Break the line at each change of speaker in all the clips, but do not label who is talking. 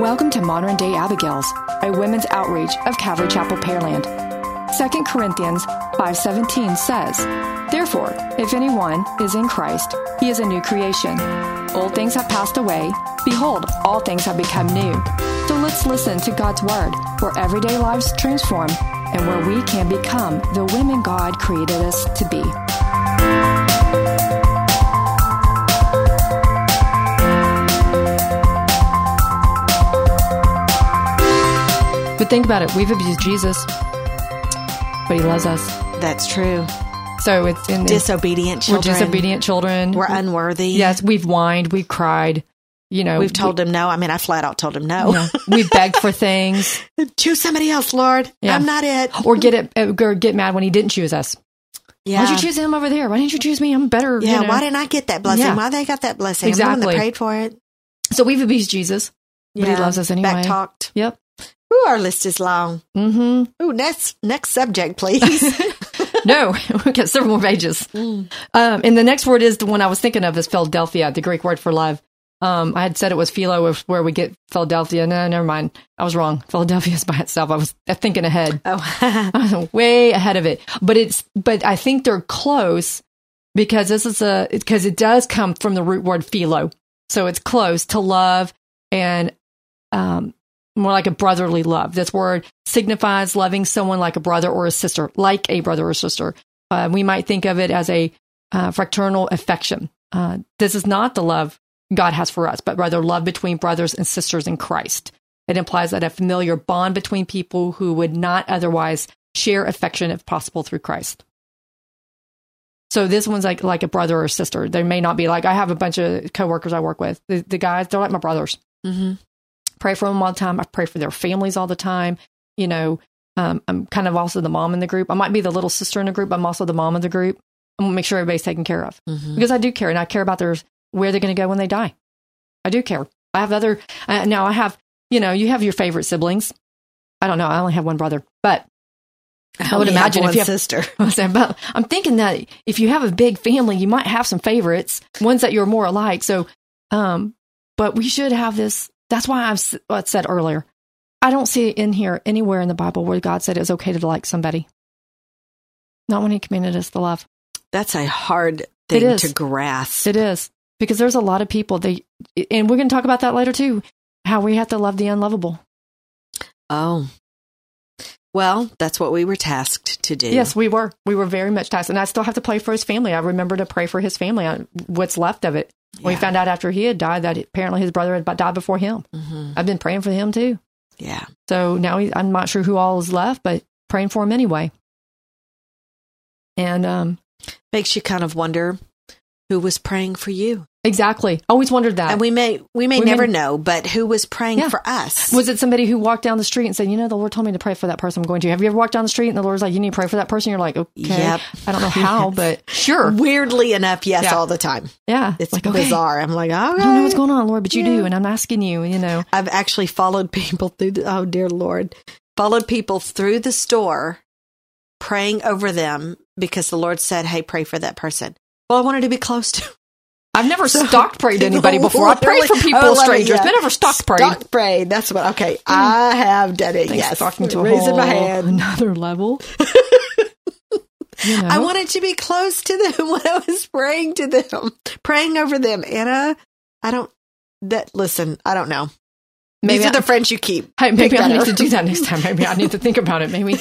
Welcome to Modern Day Abigail's, a women's outreach of Calvary Chapel Pearland. 2 Corinthians 5:17 says, "Therefore, if anyone is in Christ, he is a new creation. Old things have passed away; behold, all things have become new." So let's listen to God's word, where everyday lives transform and where we can become the women God created us to be. But think about it. We've abused Jesus, but he loves us.
That's true.
So it's in this.
Disobedient
we're
children.
disobedient children.
We're unworthy.
yes, we've whined, we've cried. You know,
We've told him no. I mean, I flat out told him
we,
no.
you know, we've begged for things,
Choose somebody else, Lord.
Yeah.
I'm not it.
or get it, or get mad when he didn't choose us.
Yeah.
Why'd you choose him over there? Why didn't you choose me? I'm better. you
Yeah.
know.
Why didn't I get that blessing?
Yeah.
Why they got that blessing? I'm the one
Exactly.
that prayed for it.
so we've abused Jesus, but he loves us anyway.
Back talked.
Yep.
Ooh, our list is long.
Mm-hmm.
Ooh, next next subject, please.
no, we've got several more pages.
Mm.
Um, and the next word is the one I was thinking of is Philadelphia, the Greek word for love. Um, I had said it was philo, which- where we get Philadelphia. No, never mind. I was wrong. Philadelphia is by itself. I was thinking ahead.
oh,
I was way ahead of it. But it's, but I think they're close because this is a, because it does come from the root word philo. So it's close to love and, um, more like a brotherly love. This word signifies loving someone like a brother or a sister, like a brother or sister. Uh, we might think of it as a uh, fraternal affection. Uh, this is not the love God has for us, but rather love between brothers and sisters in Christ. It implies that a familiar bond between people who would not otherwise share affection if possible through Christ. So this one's like like a brother or sister. They may not be like I have a bunch of coworkers I work with. The, the guys they're like my brothers
hmm
pray for them all the time. I pray for their families all the time. You know, um, I'm kind of also the mom in the group. I might be the little sister in the group. but I'm also the mom of the group. I'm gonna make sure everybody's taken care of because I do care and I care about their where they're going to go when they die. I do care. I have other uh, now. I have you know you have your favorite siblings. I don't know. I only have one brother, but I would imagine if you have
sister.
I was saying, but I'm thinking that if you have a big family, you might have some favorites, ones that you're more alike. So, um, but we should have this. That's why I've s- what I said earlier. I don't see it in here anywhere in the Bible where God said it's okay to like somebody. Not when He commanded us to love.
That's a hard
It
thing
is.
to grasp.
It is because there's a lot of people. They and we're going to talk about that later too. How we have to love the unlovable.
Oh. Well, that's what we were tasked to do.
Yes, we were. We were very much tasked, and I still have to pray for his family. I remember to pray for his family. On what's left of it. We
Yeah.
found out after he had died that apparently his brother had died before him.
Mhm.
I've been praying for him too.
Yeah.
So now he, I'm not sure who all is left, but praying for him anyway. And um,
Makes you kind of wonder who was praying for you.
exactly, always wondered that.
And we may we may
We may-
never know, but who was praying
Yeah.
for us?
was it somebody who walked down the street and said, "You know, the Lord told me to pray for that person I'm going to." Have you ever walked down the street and the Lord's like, "You need to pray for that person"? You're like, "Okay,
Yep.
I don't know how, but sure,
Weirdly enough, yes,
Yeah.
all the time.
yeah."
It's
like okay,
bizarre. I'm like, all
I don't know
right.
what's going on, Lord, but you do,
Yeah.
and I'm asking you. You know,
I've actually followed people through. The, oh dear Lord, followed people through the store, praying over them because the Lord said, "Hey, pray for that person." Well, I wanted to be close to.
I've never
So-
stalk prayed anybody before. I prayed for
Literally-
people,
oh, let me-
strangers,
yeah.
but never stalk prayed.
Stalk prayed. That's what. Okay, I have done it.
Thanks
yes,
for talking to a
raising
whole
my hand.
another level. you know?
I wanted to be close to them when I was praying to them, praying over them. Anna, I don't. That listen, I don't know.
maybe
These
I,
are the friends you keep.
hey, maybe
Pick
I need
better.
to do that next time. Maybe I need to think about it. Maybe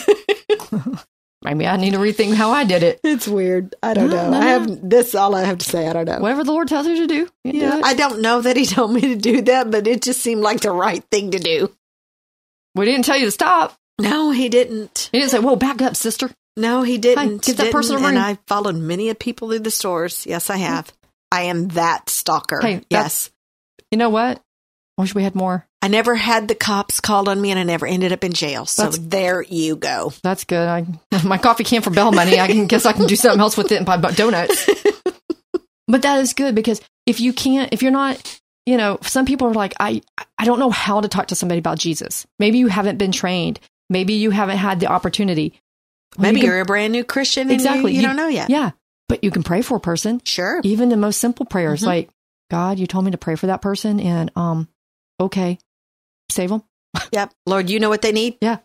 maybe I need to rethink how I did it.
It's weird. I don't
No,
know.
no,
I have this. All I have to say. I don't know.
Whatever the Lord tells you to do, you do
Yeah,
it.
I don't know that he told me to do that, but it just seemed like the right thing to do.
we didn't tell you to stop.
No, he didn't.
He didn't say, "Whoa, back up, sister."
No, he didn't.
Hey, get that
Didn't.
person a
And
room.
I followed many a people through the stores. Yes, I have. I am that stalker.
Hey, that's-
yes.
You know what? I wish we had more.
I never had the cops called on me and I never ended up in jail. So
That's-
there you go.
That's good. I, my coffee can for bell money. I can guess I can do something else with it and buy bu- donuts. But that is good because if you can't, if you're not, you know, some people are like, I, I don't know how to talk to somebody about Jesus. Maybe you haven't been trained. Maybe you haven't had the opportunity. Well,
Maybe
you can-
you are a brand new Christian and
Exactly.
you, you
You-
don't know yet.
yeah, but you can pray for a person.
Sure.
Even the most simple prayers,
Mhm.
like God, you told me to pray for that person, and um, okay, save them.
Yep. Lord, you know what they need?
Yeah.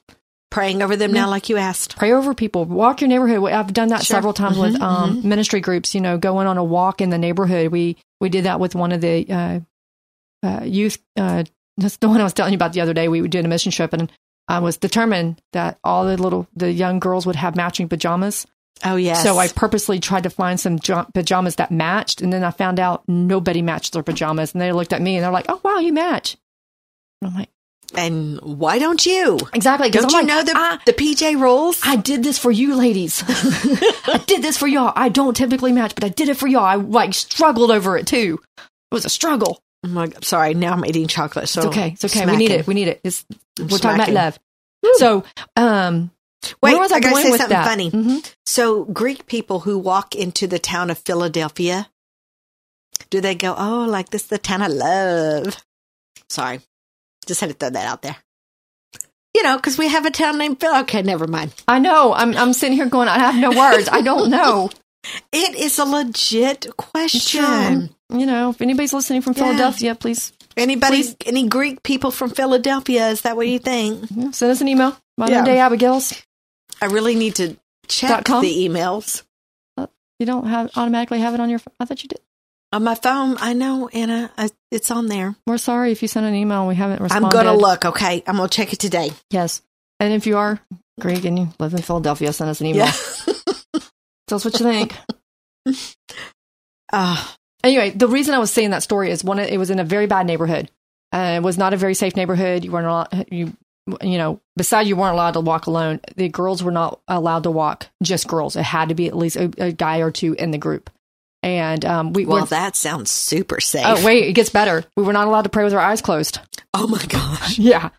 Praying over them now, like you asked.
Pray over people. Walk your neighborhood. I've done that
Sure.
several times with
Mhm,
um, ministry groups. You know, going on a walk in the neighborhood. We we did that with one of the uh, uh, youth. Uh, that's the one I was telling you about the other day. We did a mission trip, and I was determined that all the little the young girls would have matching pajamas.
Oh, yes.
So I purposely tried to find some jo- pajamas that matched, and then I found out nobody matched their pajamas, and they looked at me and they're like, "Oh wow, you match." And I'm like,
and why don't you?
"Exactly." 'cause
Don't you
I'm
know
like, "Ah." I,
the, the PJ rules?
I did this for you, ladies. I did this for y'all. I don't typically match, but I did it for y'all. I like struggled over it too. It was a struggle.
Oh my God, sorry, now I'm eating chocolate. So
It's okay. It's okay. We need it. We need it. It's,
I'm
we're talking about
Oh, smacking.
love. So, um,
Wait,
where was I,
I gotta
going
say
with
something
that?
funny.
Mhm.
So Greek people who walk into the town of Philadelphia, do they go, oh, like this is the town of love? Sorry. Just had to throw that out there. You know, because we have a town named Phil. Okay, never mind.
I know. I'm I'm sitting here going. I have no words. I don't know.
It is a legit question.
Sure. Um, You know, if anybody's listening from
Yeah.
Philadelphia, please
Anybody,
Please.
any Greek people from Philadelphia? Is that what you think?
Yeah, send us an email. Modern
Yeah.
Day Abigail's.
I really need to check
Dot com?
the emails
You don't have automatically have it on your. ph- I thought you did.
on my phone. I know, Anna, I, it's on there.
We're sorry if you sent an email and we haven't responded.
I'm gonna look. Okay, I'm gonna check it today.
Yes, and if you are Greek and you live in Philadelphia, send us an email. Tell us what you think.
Uh,
anyway, the reason I was saying that story is one. It was in a very bad neighborhood. Uh, it was not a very safe neighborhood. You weren't allowed. You you know, besides you weren't allowed to walk alone. The girls were not allowed to walk. Just girls. It had to be at least a, a guy or two in the group. And um, we
well,
were.
that sounds super safe.
Oh wait, it gets better. We were not allowed to pray with our eyes closed.
Oh my gosh.
Yeah.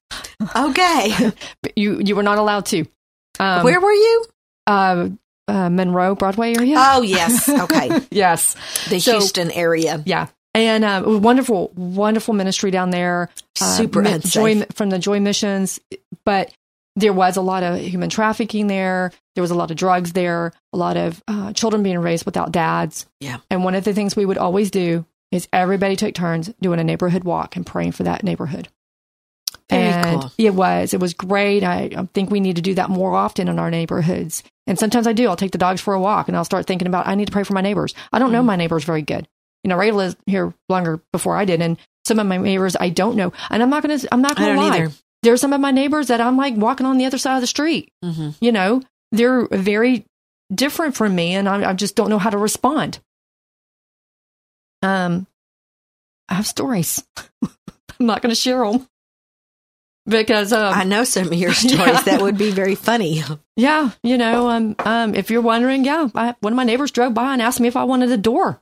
Okay,
But you you were not allowed to. Um,
where were you?
Uh, uh, Monroe Broadway area?
Oh yes. Okay,
yes,
the
So-
Houston area.
yeah, and uh, it was wonderful, wonderful ministry down there. Uh,
Super
mi-
unsafe.
joy from the Joy Missions, but there was a lot of human trafficking there. There was a lot of drugs there. A lot of uh, children being raised without dads.
Yeah.
and one of the things we would always do is everybody took turns doing a neighborhood walk and praying for that neighborhood.
Very
and
cool.
it was it was great. I, I think we need to do that more often in our neighborhoods. And sometimes I do. I'll take the dogs for a walk and I'll start thinking about I need to pray for my neighbors. I don't know
Mm.
my neighbors very good. You know, Ray lived here longer before I did, and some of my neighbors I don't know. And I'm not gonna I'm not
I
gonna
don't
lie.
either.
There's some of my neighbors that I'm like walking on the other side of the street.
Mm-hmm.
You know, they're very different from me, and I, I just don't know how to respond. Um, I have stories. I'm not going to share them because um,
I know some of your stories.
Yeah.
That would be very funny.
yeah, you know, um, um, if you're wondering, yeah, I, one of my neighbors drove by and asked me if I wanted a door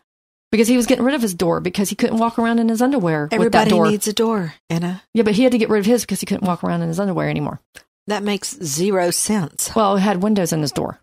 because he was getting rid of his door because he couldn't walk around in his underwear with that
Everybody
door.
needs a door, Anna.
yeah, but he had to get rid of his because he couldn't walk around in his underwear anymore.
That makes zero sense.
Well, it had windows in his door,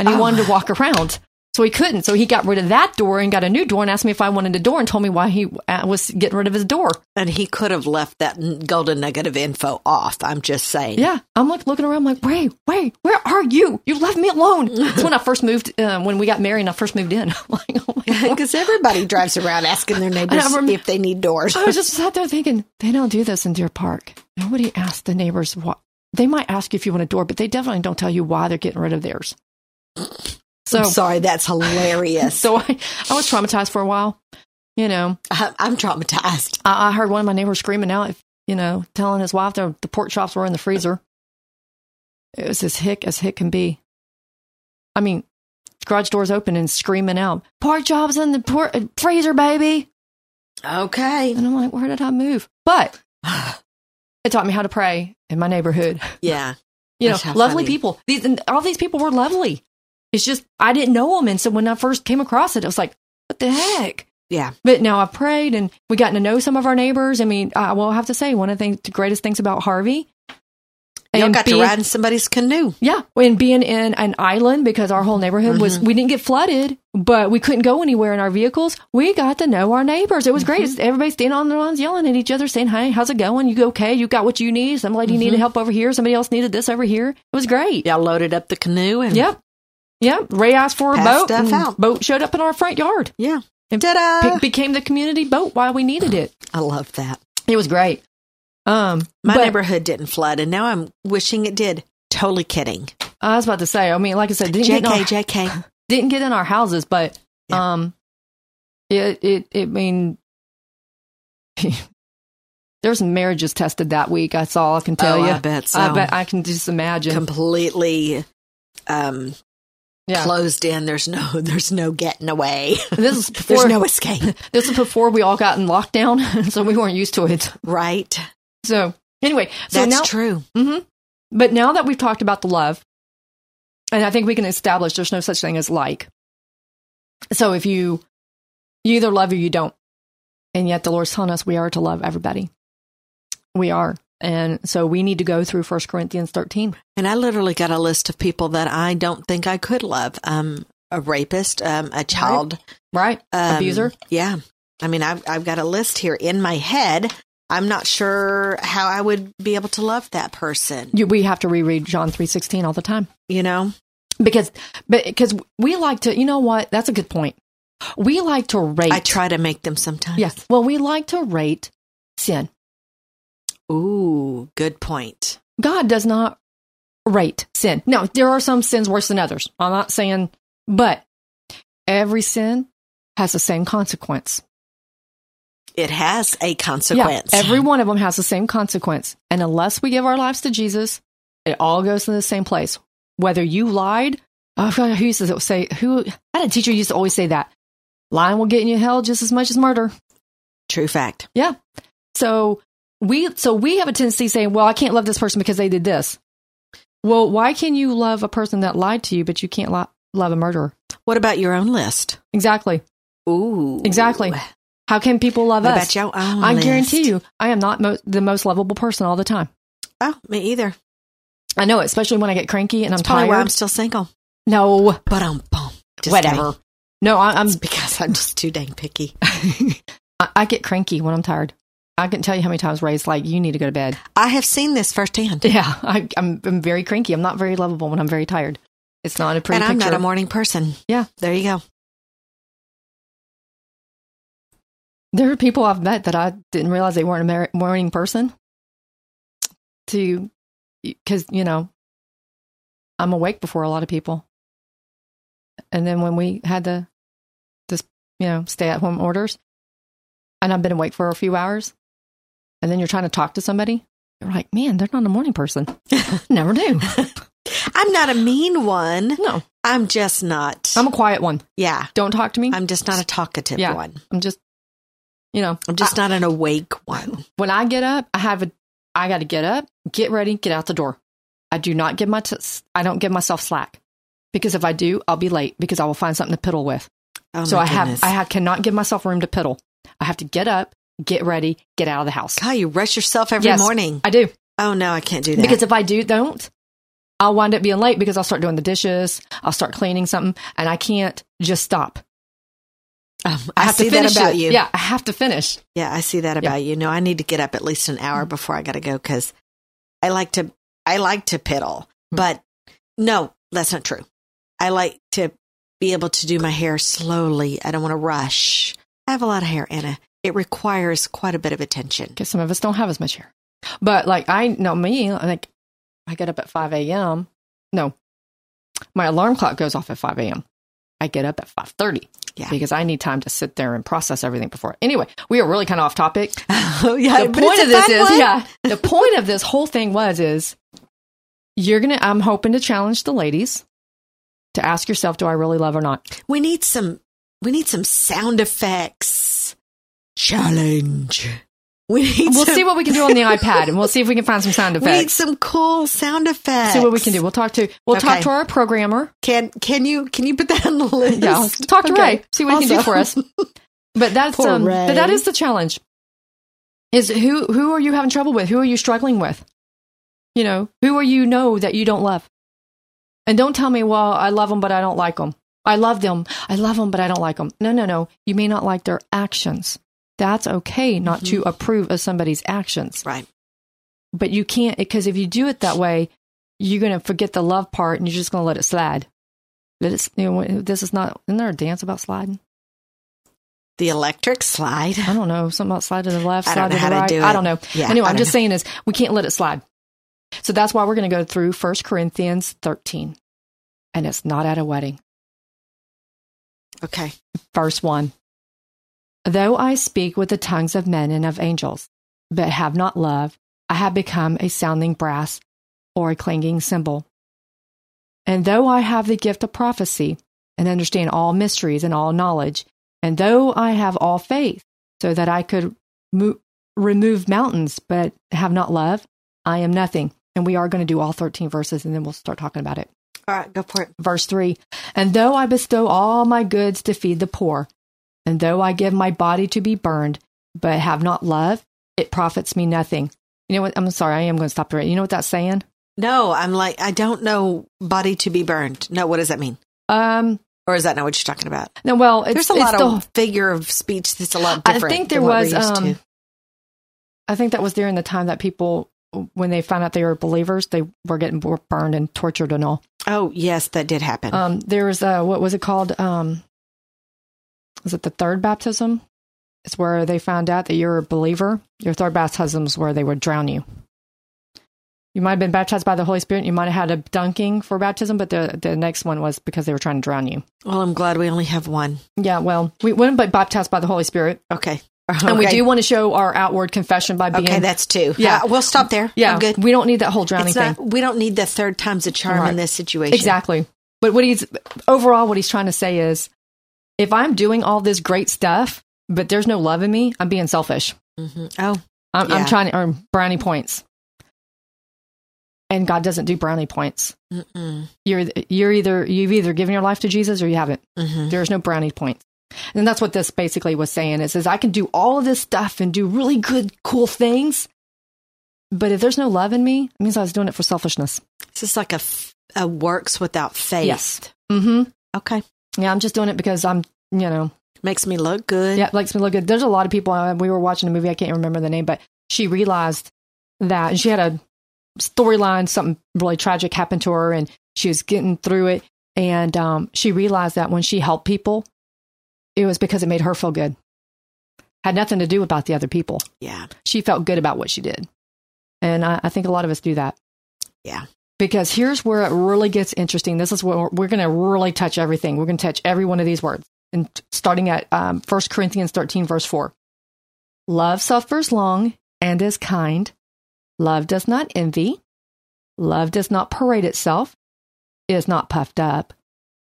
and he
Oh.
wanted to walk around, so he couldn't. So he got rid of that door and got a new door and asked me if I wanted a door and told me why he uh, was getting rid of his door.
And he could have left that n- golden nugget of info off. I'm just saying.
Yeah, I'm like looking around, like, wait, wait, where are you? You left me alone. That's when I first moved. Um, when we got married, and I first moved in. I'm like, oh my god.
Because everybody drives around asking their neighbors
I rem-
if they need doors.
I was just sat there thinking, they don't do this in Deer Park. Nobody asks the neighbors what they might ask you if you want a door, but they definitely don't tell you why they're getting rid of theirs. So,
I'm sorry, that's hilarious.
so I, I was traumatized for a while. You know,
I, I'm traumatized.
I, I heard one of my neighbors screaming out, if, you know, telling his wife the, the pork chops were in the freezer. It was as hick as hick can be. I mean, garage doors open and screaming out, pork chops in the por- freezer, baby.
Okay.
And I'm like, where did I move? But it taught me how to pray in my neighborhood.
Yeah.
You know,
That's how
lovely
funny.
people. These and all these people were lovely. It's just I didn't know them, and so when I first came across it, it was like, what the heck?
Yeah.
But now I prayed, and we got to know some of our neighbors. I mean, I will have to say one of the, things, the greatest things about Harvey.
Y'all got to
being-
ride in somebody's canoe.
yeah, and being in an island because our whole neighborhood
Mm-hmm.
was we didn't get flooded, but we couldn't go anywhere in our vehicles. We got to know our neighbors. It was great.
Mm-hmm.
Everybody standing on their lawns, yelling at each other, saying, "Hey, how's it going? You okay? You got what you need? Somebody
Mm-hmm.
needed help over here. Somebody else needed this over here. It was great.
Y'all loaded up the canoe and
Yep, yep. Ray asked for a
Passed
boat.
stuff
and
out. Uh.
Boat showed up in our front yard.
yeah.
And
Ta-da!
Pe- became the community boat while we needed it.
I love that.
It was great. Um,
My
but
neighborhood didn't flood, and now I'm wishing it did. Totally kidding.
I was about to say. I mean, like I said, didn't get in
JK,
our,
JK.
didn't get in our houses, but
Yeah.
um, it it it mean. There's marriages tested that week. That's all I can tell
oh,
you.
I bet so.
I bet I can just imagine.
Completely um,
yeah,
closed in. There's no, there's no getting away.
this is
There's
before
no escape,
this is before we all got in lockdown, so we weren't used to it.
right?
So anyway, so
That's
now
true.
hmm But now that we've talked about the love, and I think we can establish there's no such thing as like. So if you you either love or you don't, and yet the Lord's telling us we are to love everybody. We are, and so we need to go through First Corinthians 13.
And I literally got a list of people that I don't think I could love. Um, a rapist, um, a child
Right?
um,
Abuser?
Yeah. I mean, I've, I've got a list here in my head. I'm not sure how I would be able to love that person,
You, we have to reread John 3:16 all the time.
you know?
because but because we like to you know what that's a good point we like to rate
I try to make them sometimes.
yes well we like to rate sin
Ooh, good point.
god does not rate sin now there are some sins worse than others i'm not saying but every sin has the same consequence
It has a consequence.
yeah every one of them has the same consequence and unless we give our lives to jesus it all goes to the same place whether you lied oh god who used to say who i had a teacher who used to always say that lying will get you hell just as much as murder
True fact.
Yeah. So we so we have a tendency of saying, "Well, I can't love this person because they did this." Well, why can you love a person that lied to you, but you can't li- love a murderer?
What about your own list?
Exactly.
Ooh.
Exactly. How can people love
What
us?
about your own
I
list?
guarantee you, I am not mo- the most lovable person all the time.
Oh, me either.
I know, it, especially when I get cranky and I'm
Probably
tired.
why I'm still single.
no,
But I'm bum. Just
whatever.
kidding.
No, I, I'm
It's because I'm just too dang picky.
I, I get cranky when I'm tired. I can tell you how many times Ray's like, "You need to go to bed."
I have seen this firsthand.
Yeah, I, I'm, I'm very cranky. I'm not very lovable when I'm very tired. It's not a pretty
and I'm
picture.
not a morning person.
Yeah.
There you go.
There are people I've met that I didn't realize they weren't a mer- morning person. To, because you know, I'm awake before a lot of people. And then when we had the, this you know stay at home orders, and I've been awake for a few hours, and then you're trying to talk to somebody, you're like, man, they're not a morning person. Never do.
I'm not a mean one.
No,
I'm just not.
I'm a quiet one.
yeah.
Don't talk to me. I'm,
I'm just not a talkative
Yeah. Uh,
one.
just, you know,
I'm just not an awake one.
when I get up, I have a, I got to get up, get ready, get out the door. I do not give my, t- I don't give myself slack because if I do, I'll be late because I will find something to piddle with.
Oh,
so
my
I have,
goodness.
I have, cannot give myself room to piddle. I have to get up, get ready, get out of the house.
God, you rush yourself every
Yes,
morning.
I do
Oh no, I can't do that.
because if I do don't, I'll wind up being late because I'll start doing the dishes, I'll start cleaning something, and I can't just stop.
Um, I, see that
finish
about
it.
you.
Yeah, I have to finish.
Yeah, I see that
Yeah. Mm-hmm.
about you. No, I need to get up at least an hour before I got to go because I like to. I like to piddle,
Mm-hmm.
but no, that's not true. I like to be able to do my hair slowly. I don't want to rush. I have a lot of hair, Anna. It requires quite a bit of attention.
because some of us don't have as much hair. But like I know me, like I get up at five a.m. No, my alarm clock goes off at five a.m. I get up at five thirty
Yeah.
because I need time to sit there and process everything before. Anyway, we are really kind of off topic.
oh yeah.
The
but
point
it's a
of this
fun
is,
one.
yeah, the point of this whole thing was is you're gonna. I'm hoping to challenge the ladies to ask yourself, do I really love or not?
We need some we need some sound effects. Challenge. We need
We'll
some,
see what we can do on the iPad, and we'll see if we can find some sound
we need
effects.
some cool sound effects.
See what we can do. We'll talk to we'll talk
Okay.
to our programmer.
Can can you can you put that on the list?
Yeah, I'll talk to
Okay.
Ray. See what he can do
Awesome.
for us. But that's
Poor
um, but that
Ray.
is the challenge. Is who who are you having trouble with? Who are you struggling with? You know, who are you know that you don't love? And don't tell me, well, I love them, but I don't like them. I love them. I love them, but I don't like them. No, no, no. You may not like their actions. That's okay not to
Mm-hmm.
approve of somebody's actions.
Right.
But you can't, because if you do it that way, you're going to forget the love part and you're just going to let it slide. Let it, you know, this is not, isn't there a dance about sliding?
The electric slide.
I don't know. Something about slide to the left,
I
slide
don't know
to
how
the
to
right.
do
I
it.
don't know.
Yeah,
anyway,
I
I'm
don't
just
know.
saying is we can't let it slide. So that's why we're going to go through 1 Corinthians 13. And it's not at a wedding.
Okay.
Verse 1. Though I speak with the tongues of men and of angels, but have not love, I have become a sounding brass or a clanging cymbal. And though I have the gift of prophecy and understand all mysteries and all knowledge, and though I have all faith so that I could mo- remove mountains but have not love, I am nothing. And we are going to do all 13 verses and then we'll start talking about it
All right, go for it.
verse 3 and though i bestow all my goods to feed the poor and though i give my body to be burned but have not love it profits me nothing you know what i'm sorry i am going to stop there you know what that's saying
No, I'm like, I don't know body to be burned. No, what does that mean?
um
Or is that not what you're talking about?
no well it's,
There's a
it's
lot
the,
of figure of speech that's a lot
I
different.
think there
than what
was,
we're used to.
um, i think that was during the time that people when they found out they were believers they were getting bur- burned and tortured and all
Oh, yes, that did happen.
um there was uh what was it called um was it the third baptism it's where they found out that you're a believer your third baptism is where they would drown you you might have been baptized by the holy spirit you might have had a dunking for baptism but the the next one was because they were trying to drown you
well, I'm glad we only have one.
yeah well we wouldn't be baptized by the holy spirit
Okay.
and we
Okay.
do want to show our outward confession by being
Okay, that's two.
Yeah.
Uh, we'll stop there.
yeah
I'm good.
we don't need that whole drowning
It's
thing
not, we don't need the third time's a charm
Right.
in this situation.
Exactly. But what he's overall, what he's trying to say is if I'm doing all this great stuff, but there's no love in me, I'm being selfish.
hmm Oh,
I'm,
Yeah.
I'm trying to earn brownie points. And God doesn't do brownie points.
mm-mm.
You're, you're either, you've either given your life to Jesus or you haven't.
hmm
There's no brownie points. And that's what this basically was saying. It says, I can do all of this stuff and do really good, cool things. But if there's no love in me, it means I was doing it for selfishness.
this is like a, f- a works without faith.
Yes. hmm
Okay.
Yeah, I'm just doing it because I'm, you know,
Makes me look good.
Yeah, likes me look good. There's a lot of people. Uh, we were watching a movie. I can't remember the name, but she realized that, and she had a storyline. Something really tragic happened to her, and she was getting through it. And um, she realized that when she helped people, it was because it made her feel good. Had nothing to do about the other people.
Yeah.
She felt good about what she did, and I, I think a lot of us do that.
Yeah.
Because here's where it really gets interesting. This is where we're, going to really touch everything. We're going to touch every one of these words. And t- starting at um, 1 Corinthians 13, verse 4. Love suffers long and is kind. Love does not envy. Love does not parade itself, is not puffed up,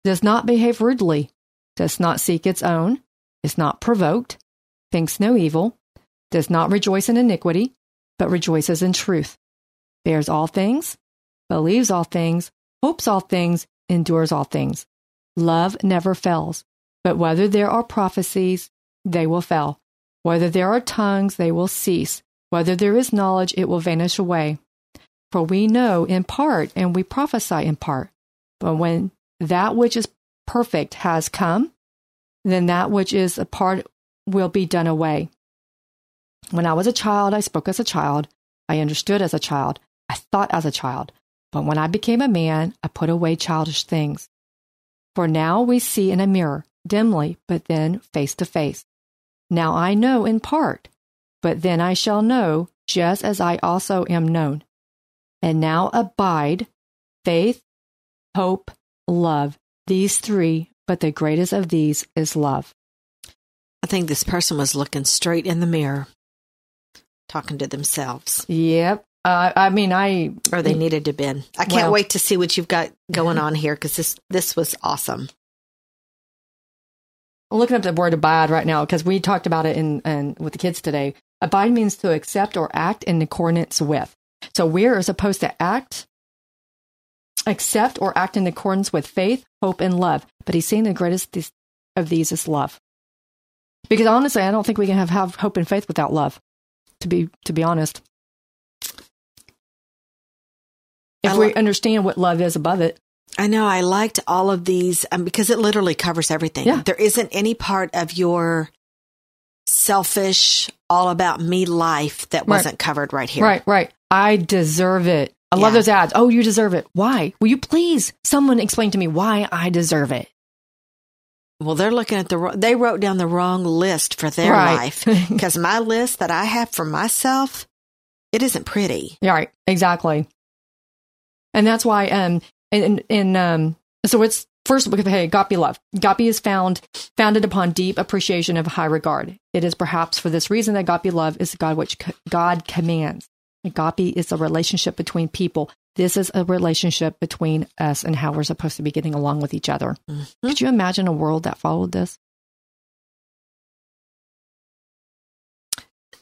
does not behave rudely, does not seek its own, is not provoked, thinks no evil, does not rejoice in iniquity, but rejoices in truth, bears all things, believes all things, hopes all things, endures all things. Love never fails, but whether there are prophecies, they will fail. Whether there are tongues, they will cease. Whether there is knowledge, it will vanish away. For we know in part, and we prophesy in part. But when that which is perfect has come, then that which is a part will be done away. When I was a child, I spoke as a child. I understood as a child. I thought as a child. But when I became a man, I put away childish things. For now we see in a mirror, dimly, but then face to face. Now I know in part, but then I shall know, just as I also am known. And now abide faith, hope, love. These three, but the greatest of these is love.
I think this person was looking straight in the mirror, talking to themselves,
Yep. Uh, I mean, I
or they needed to been. I can't
Well-
wait to see what you've got going on here because this this was awesome.
I'm looking up the word abide right now because we talked about it in, in with the kids today. Abide means to accept or act in accordance with. So we are supposed to act, accept or act in accordance with faith, hope, and love. But he's saying the greatest th- of these is love. Because honestly, I don't think we can have, have hope and faith without love. To be to be honest, if
I
we
lo-
understand what love is above it,
I know I liked all of these um, because it literally covers everything.
Yeah.
There isn't any part of your selfish, all about me life that
Right.
wasn't covered right here.
Right, right. I deserve it. I love
Yeah.
those ads. Oh, you deserve it. Why? Will you please someone explain to me why I deserve it?
Well, they're looking at the wrong, they wrote down the wrong list for their
Right.
life because my list that I have for myself, it isn't pretty.
Yeah, right. Exactly. And that's why um and and, and um so it's first book of hey, Gopi love. Gopi is found founded upon deep appreciation of high regard. It is perhaps for this reason that Gopi love is God which c- God commands. Agape is a relationship between people. This is a relationship between us and how we're supposed to be getting along with each other. Could you imagine a world that followed this?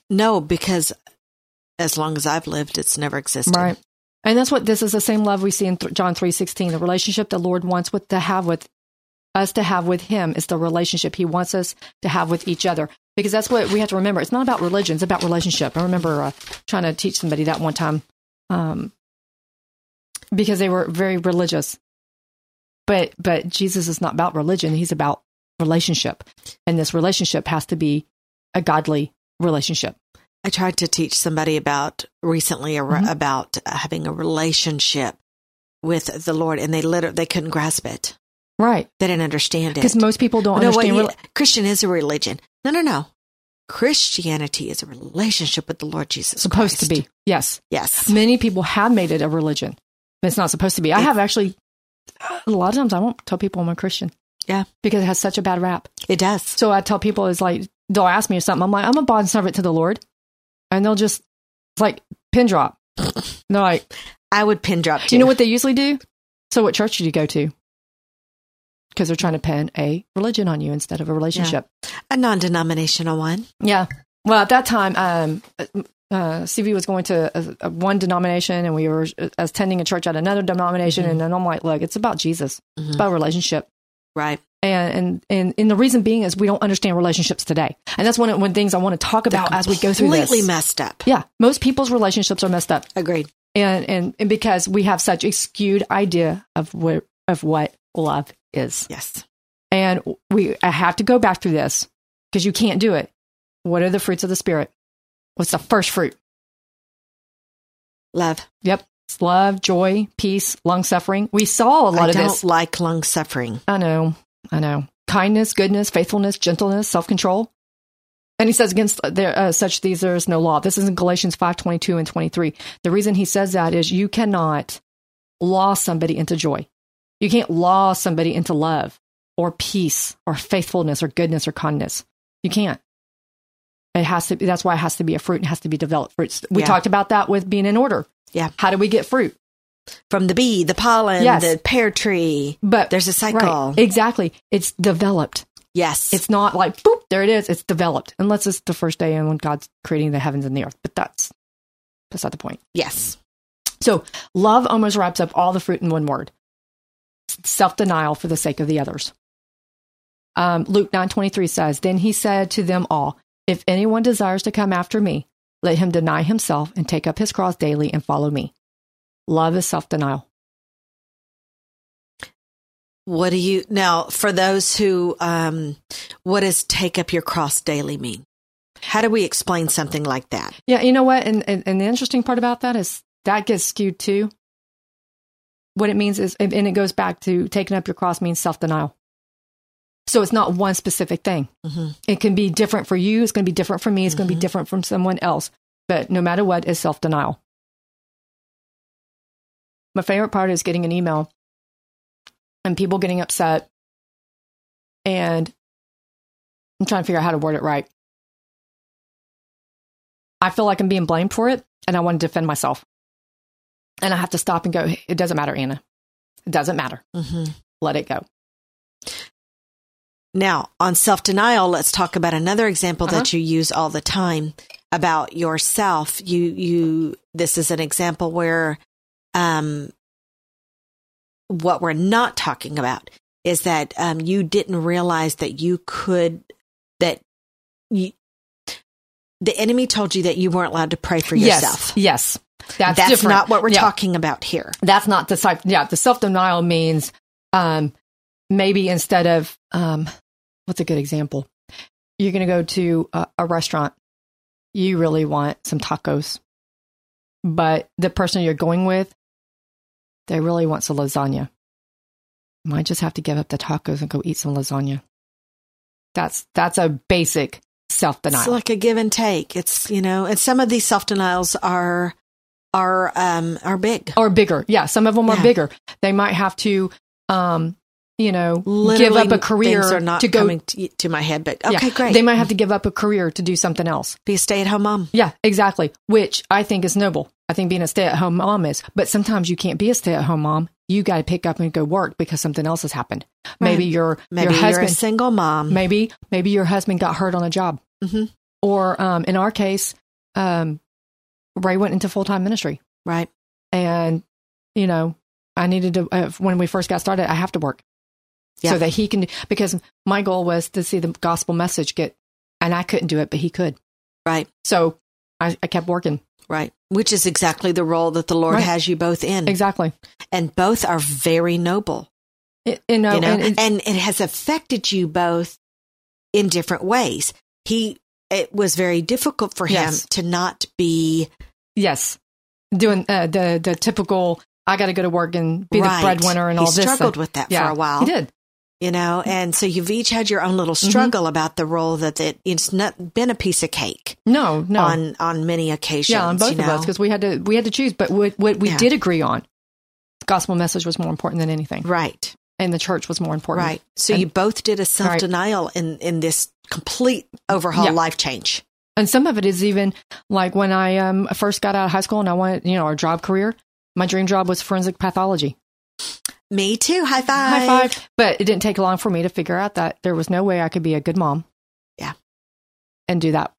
No, because as long as I've lived, it's never existed.
Right. And that's what this is the same love we see in th- John 3:16. The relationship the Lord wants with, to have with us to have with him is the relationship he wants us to have with each other. Because that's what we have to remember. It's not about religion, it's about relationship. I remember uh, trying to teach somebody that one time um, because they were very religious. But but Jesus is not about religion, he's about relationship. And this relationship has to be a godly relationship.
I tried to teach somebody about recently ar-
Mhm.
about uh, having a relationship with the Lord, and they literally they couldn't grasp it.
Right.
They didn't understand it.
Because most people don't
no, wait,
understand.
yeah,
rel-
Christian is a religion. No, no, no. Christianity is a relationship with the Lord Jesus.
supposed to
Christ.
be. Yes.
Yes.
Many people have made it a religion. but It's not supposed to be. I have actually, a lot of times I won't tell people I'm a Christian.
Yeah.
Because it has such a bad rap.
It does.
So I tell people, it's like, they'll ask me or something. I'm like, I'm a bond servant to the Lord. And they'll just, it's like, pin drop. And they're like,
I would pin drop too.
you know what they usually do? So what church did you go to? Because they're trying to pin a religion on you instead of a relationship.
A non denominational one.
Yeah. Well, at that time, um, uh, CV was going to a, a one denomination, and we were uh, attending a church at another denomination.
Mm-hmm.
And then I'm like, look, it's about Jesus. It's about relationship.
Right.
And, and and and the reason being is we don't understand relationships today, and that's one of one things I want to talk about as we go through this.
Completely messed up.
yeah, most people's relationships are messed up,
Agreed.
and and, and because we have such a skewed idea of what of what love is.
Yes.
And we I have to go back through this because you can't do it. What are the fruits of the spirit? What's the first fruit?
Love.
Yep. It's love, joy, peace, long suffering. We saw a lot
I
of
don't
this.
like lung suffering.
I know. I know. Kindness, goodness, faithfulness, gentleness, self control. And he says against there, uh, such these there is no law. This is in Galatians five twenty two and 23. The reason he says that is you cannot law somebody into joy. You can't law somebody into love or peace or faithfulness or goodness or kindness. You can't. It has to be, that's why it has to be a fruit and has to be developed fruits. We
Yeah.
talked about that with being in order.
Yeah.
How do we get fruit?
From the bee, the pollen,
Yes.
the pear tree.
But
There's a cycle.
Right. Exactly. It's developed.
Yes.
It's not like boop, there it is. It's developed. Unless it's the first day and when God's creating the heavens and the earth. But that's that's not the point.
yes.
So love almost wraps up all the fruit in one word. Self denial for the sake of the others. Um, Luke nine twenty three says, Then he said to them all, If anyone desires to come after me, let him deny himself and take up his cross daily and follow me. Love is self denial.
What do you now for those who um what does take up your cross daily mean? How do we explain something like that?
Yeah, you know what? And, and and the interesting part about that is that gets skewed too. What it means is, and and it goes back to taking up your cross means self denial. So it's not one specific thing.
Mhm.
It can be different for you. It's going to be different for me. It's going to be different from someone else. But no matter what, it's self denial. My favorite part is getting an email and people getting upset. And I'm trying to figure out how to word it right. I feel like I'm being blamed for it and I want to defend myself. And I have to stop and go, "Hey, it doesn't matter, Anna. It doesn't matter.
Mm-hmm.
Let it go.
Now, on self denial, let's talk about another example
Uh-huh.
that you use all the time about yourself. You, you, this is an example where, um, what we're not talking about is that, um, you didn't realize that you could, that you, the enemy told you that you weren't allowed to pray for yourself.
Yes. yes. That's,
That's
different.
not what we're
Yeah.
talking about here.
That's not the type. Yeah. The self denial means um, maybe instead of, um, what's a good example? You're going to go to a, a restaurant. You really want some tacos, but the person you're going with, they really want some lasagna. Might just have to give up the tacos and go eat some lasagna. That's that's a basic self
It's
denial.
like a give and take. It's you know, and some of these self denials are are um are big.
or bigger. Yeah, some of them are
Yeah.
bigger. They might have to, um, you know,
Literally,
give up a career
things are not
to go.
coming to, to my head. But okay,
yeah,
great.
They might have to give up a career to do something else.
be a stay at home mom.
Yeah, exactly. Which I think is noble. I think being a stay at home mom is, but sometimes you can't be a stay at home mom. You got to pick up and go work because something else has happened. Maybe your
Maybe
your
you're a
husband,
single mom.
maybe maybe your husband got hurt on a job,
Mhm.
or um, in our case, um, Ray went into full time ministry,
Right.
and you know, I needed to uh, when we first got started. I have to work
Yeah.
so that he can because my goal was to see the gospel message get, and I couldn't do it, but he could.
Right.
So I, I kept working.
Right. Which is exactly the role that the Lord
Right.
has you both in.
Exactly.
And both are very noble.
It, you know,
you know,
and
and,
it-
it has affected you both in different ways. He, it was very difficult for him
Yes.
to not be
yes, doing uh, the the typical. I got to go to work and be
right.
the breadwinner and
he
all this.
struggled
thing.
with that
yeah,
for a while.
He did. Mm-hmm.
You know, and so you've each had your own little struggle about the role that it, it's not been a piece of cake
No, no.
on on many occasions.
Oh. yeah, on both
you know?
of us because we had to we had to choose. But what what we
Yeah.
did agree on, gospel message was more important than anything,
right,
and the church was more important.
right. So
And-
you both did a self denial in in this complete overhaul
Yeah.
life change.
And some of it is even like when I um, first got out of high school and I wanted you know our job career. My dream job was forensic pathology.
Me too. High five.
High five. But it didn't take long for me to figure out that there was no way I could be a good mom.
Yeah.
And do that.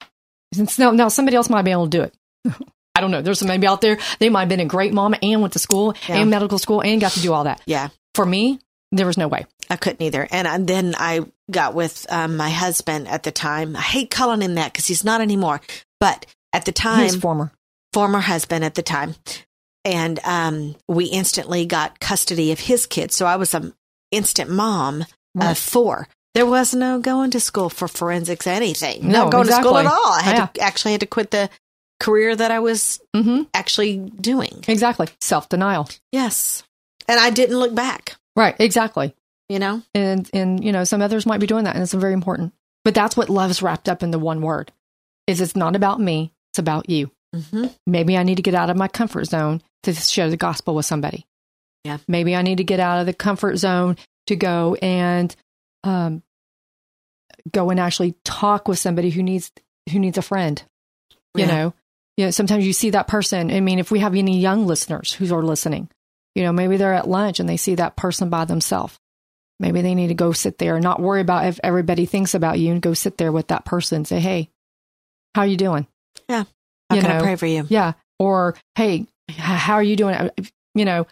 Since now, now somebody else might be able to do it. I don't know. There's somebody out there. They might have been a great mom and went to school
Yeah.
and medical school and got to do all that.
Yeah.
For me, there was no way.
I couldn't either. And, and then I got with um, my husband at the time. I hate calling him that because he's not anymore. But at the
He
time,
was former.
former husband at the time, and um, we instantly got custody of his kids. So I was an instant mom of
Right.
four. There was no going to school for forensics anything.
No,
not going to school at
exactly.
all. I had to, actually had to quit the career that I was
hmm
actually doing.
Exactly. Self denial.
Yes, and I didn't look back.
Right. Exactly.
You know,
And, and, you know, some others might be doing that. And it's very important. But that's what love's wrapped up in the one word is it's not about me. It's about you.
mm-hmm.
Maybe I need to get out of my comfort zone to share the gospel with somebody.
Yeah.
Maybe I need to get out of the comfort zone to go and um, go and actually talk with somebody who needs who needs a friend. You
Yeah.
know, you know. Sometimes you see that person. I mean, if we have any young listeners who are listening, you know, maybe they're at lunch and they see that person by themselves. Maybe they need to go sit there and not worry about if everybody thinks about you and go sit there with that person and say, "Hey, how you doing?"
how
You
can I
know,
pray for you?
Yeah. Or, hey, h- how are you doing? I- You know,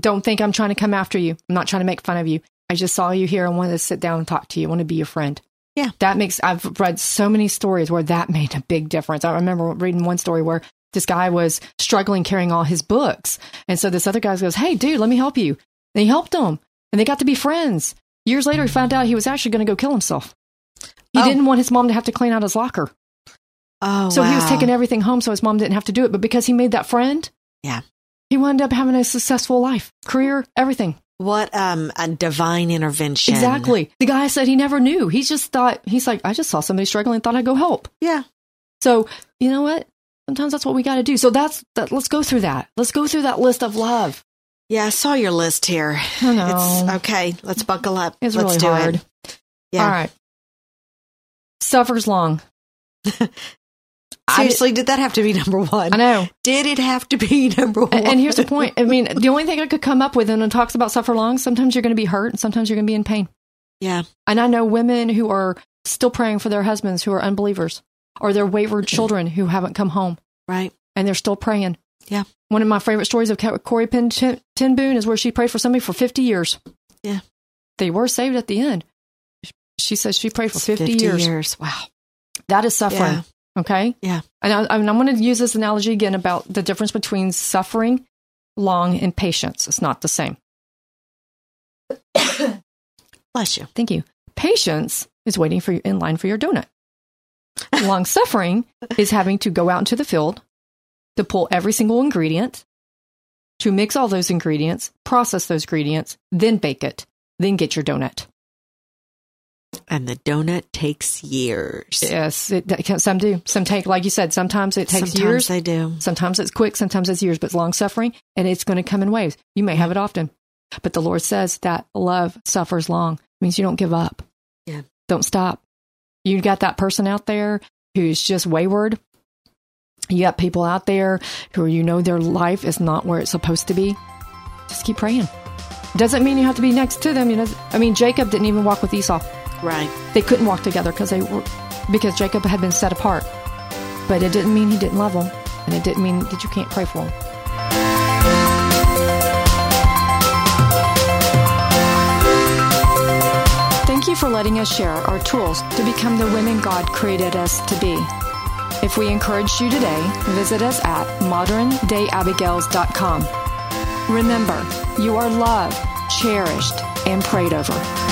don't think I'm trying to come after you. I'm not trying to make fun of you. I just saw you here. I wanted to sit down and talk to you. I want to be your friend.
Yeah.
That makes, I've read so many stories where that made a big difference. I remember reading one story where this guy was struggling carrying all his books. And so this other guy goes, hey, dude, let me help you. And he helped him and they got to be friends. Years later, he found out he was actually going to go kill himself. He
Oh.
didn't want his mom to have to clean out his locker.
Oh,
So he was
wow.
taking everything home so his mom didn't have to do it. But because he made that friend,
Yeah.
he wound up having a successful life, career, everything.
What um a divine intervention.
Exactly. The guy said he never knew. He just thought, he's like, I just saw somebody struggling and thought I'd go help.
Yeah.
So you know what? Sometimes that's what we got to do. So that's, that, let's go through that. Let's go through that list of love.
Yeah, I saw your list here.
I know.
It's okay. Let's buckle up.
Oh. It's
let's
really
do
hard.
it. Yeah.
All right. Suffers long. I-
Seriously, did that have to be number one?
I know.
Did it have to be number one?
And, and here's the point. I mean, the only thing I could come up with, and it talks about suffer long, sometimes you're going to be hurt and sometimes you're going to be in pain.
Yeah.
And I know women who are still praying for their husbands who are unbelievers or their wayward children who haven't come home
Right.
and they're still praying.
Yeah.
One of my favorite stories of Ca- Corey Pen- Tin Tin Boone is where she prayed for somebody for 50 years.
Yeah.
They were saved at the end. She says she prayed for 50, years.
Wow.
That is suffering. Okay.
Yeah.
And I, I mean, I'm going to use this analogy again about the difference between suffering, long, and patience. It's not the same.
Bless you.
Thank you. Patience is waiting for you in line for your donut. Long suffering is having to go out into the field to pull every single ingredient, to mix all those ingredients, process those ingredients, then bake it, then get your donut.
And the donut takes years.
Yes, it, that can- some do. Some take, like you said, sometimes it takes
Sometimes
years.
they do.
Sometimes it's quick, sometimes it's years, but it's long suffering and it's going to come in waves. You may have it often, but the Lord says that love suffers long, means you don't give up.
Yeah.
Don't stop. You've got that person out there who's just wayward. You got people out there who you know their life is not where it's supposed to be. Just keep praying. Doesn't mean you have to be next to them. You know, I mean, Jacob didn't even walk with Esau
Right.
they couldn't walk together because they were because Jacob had been set apart. But it didn't mean he didn't love them, and it didn't mean that you can't pray for them. Thank you for letting us share our tools to become the women God created us to be. If we encouraged you today, visit us at moderndayabigails.com. Remember, you are loved, cherished, and prayed over.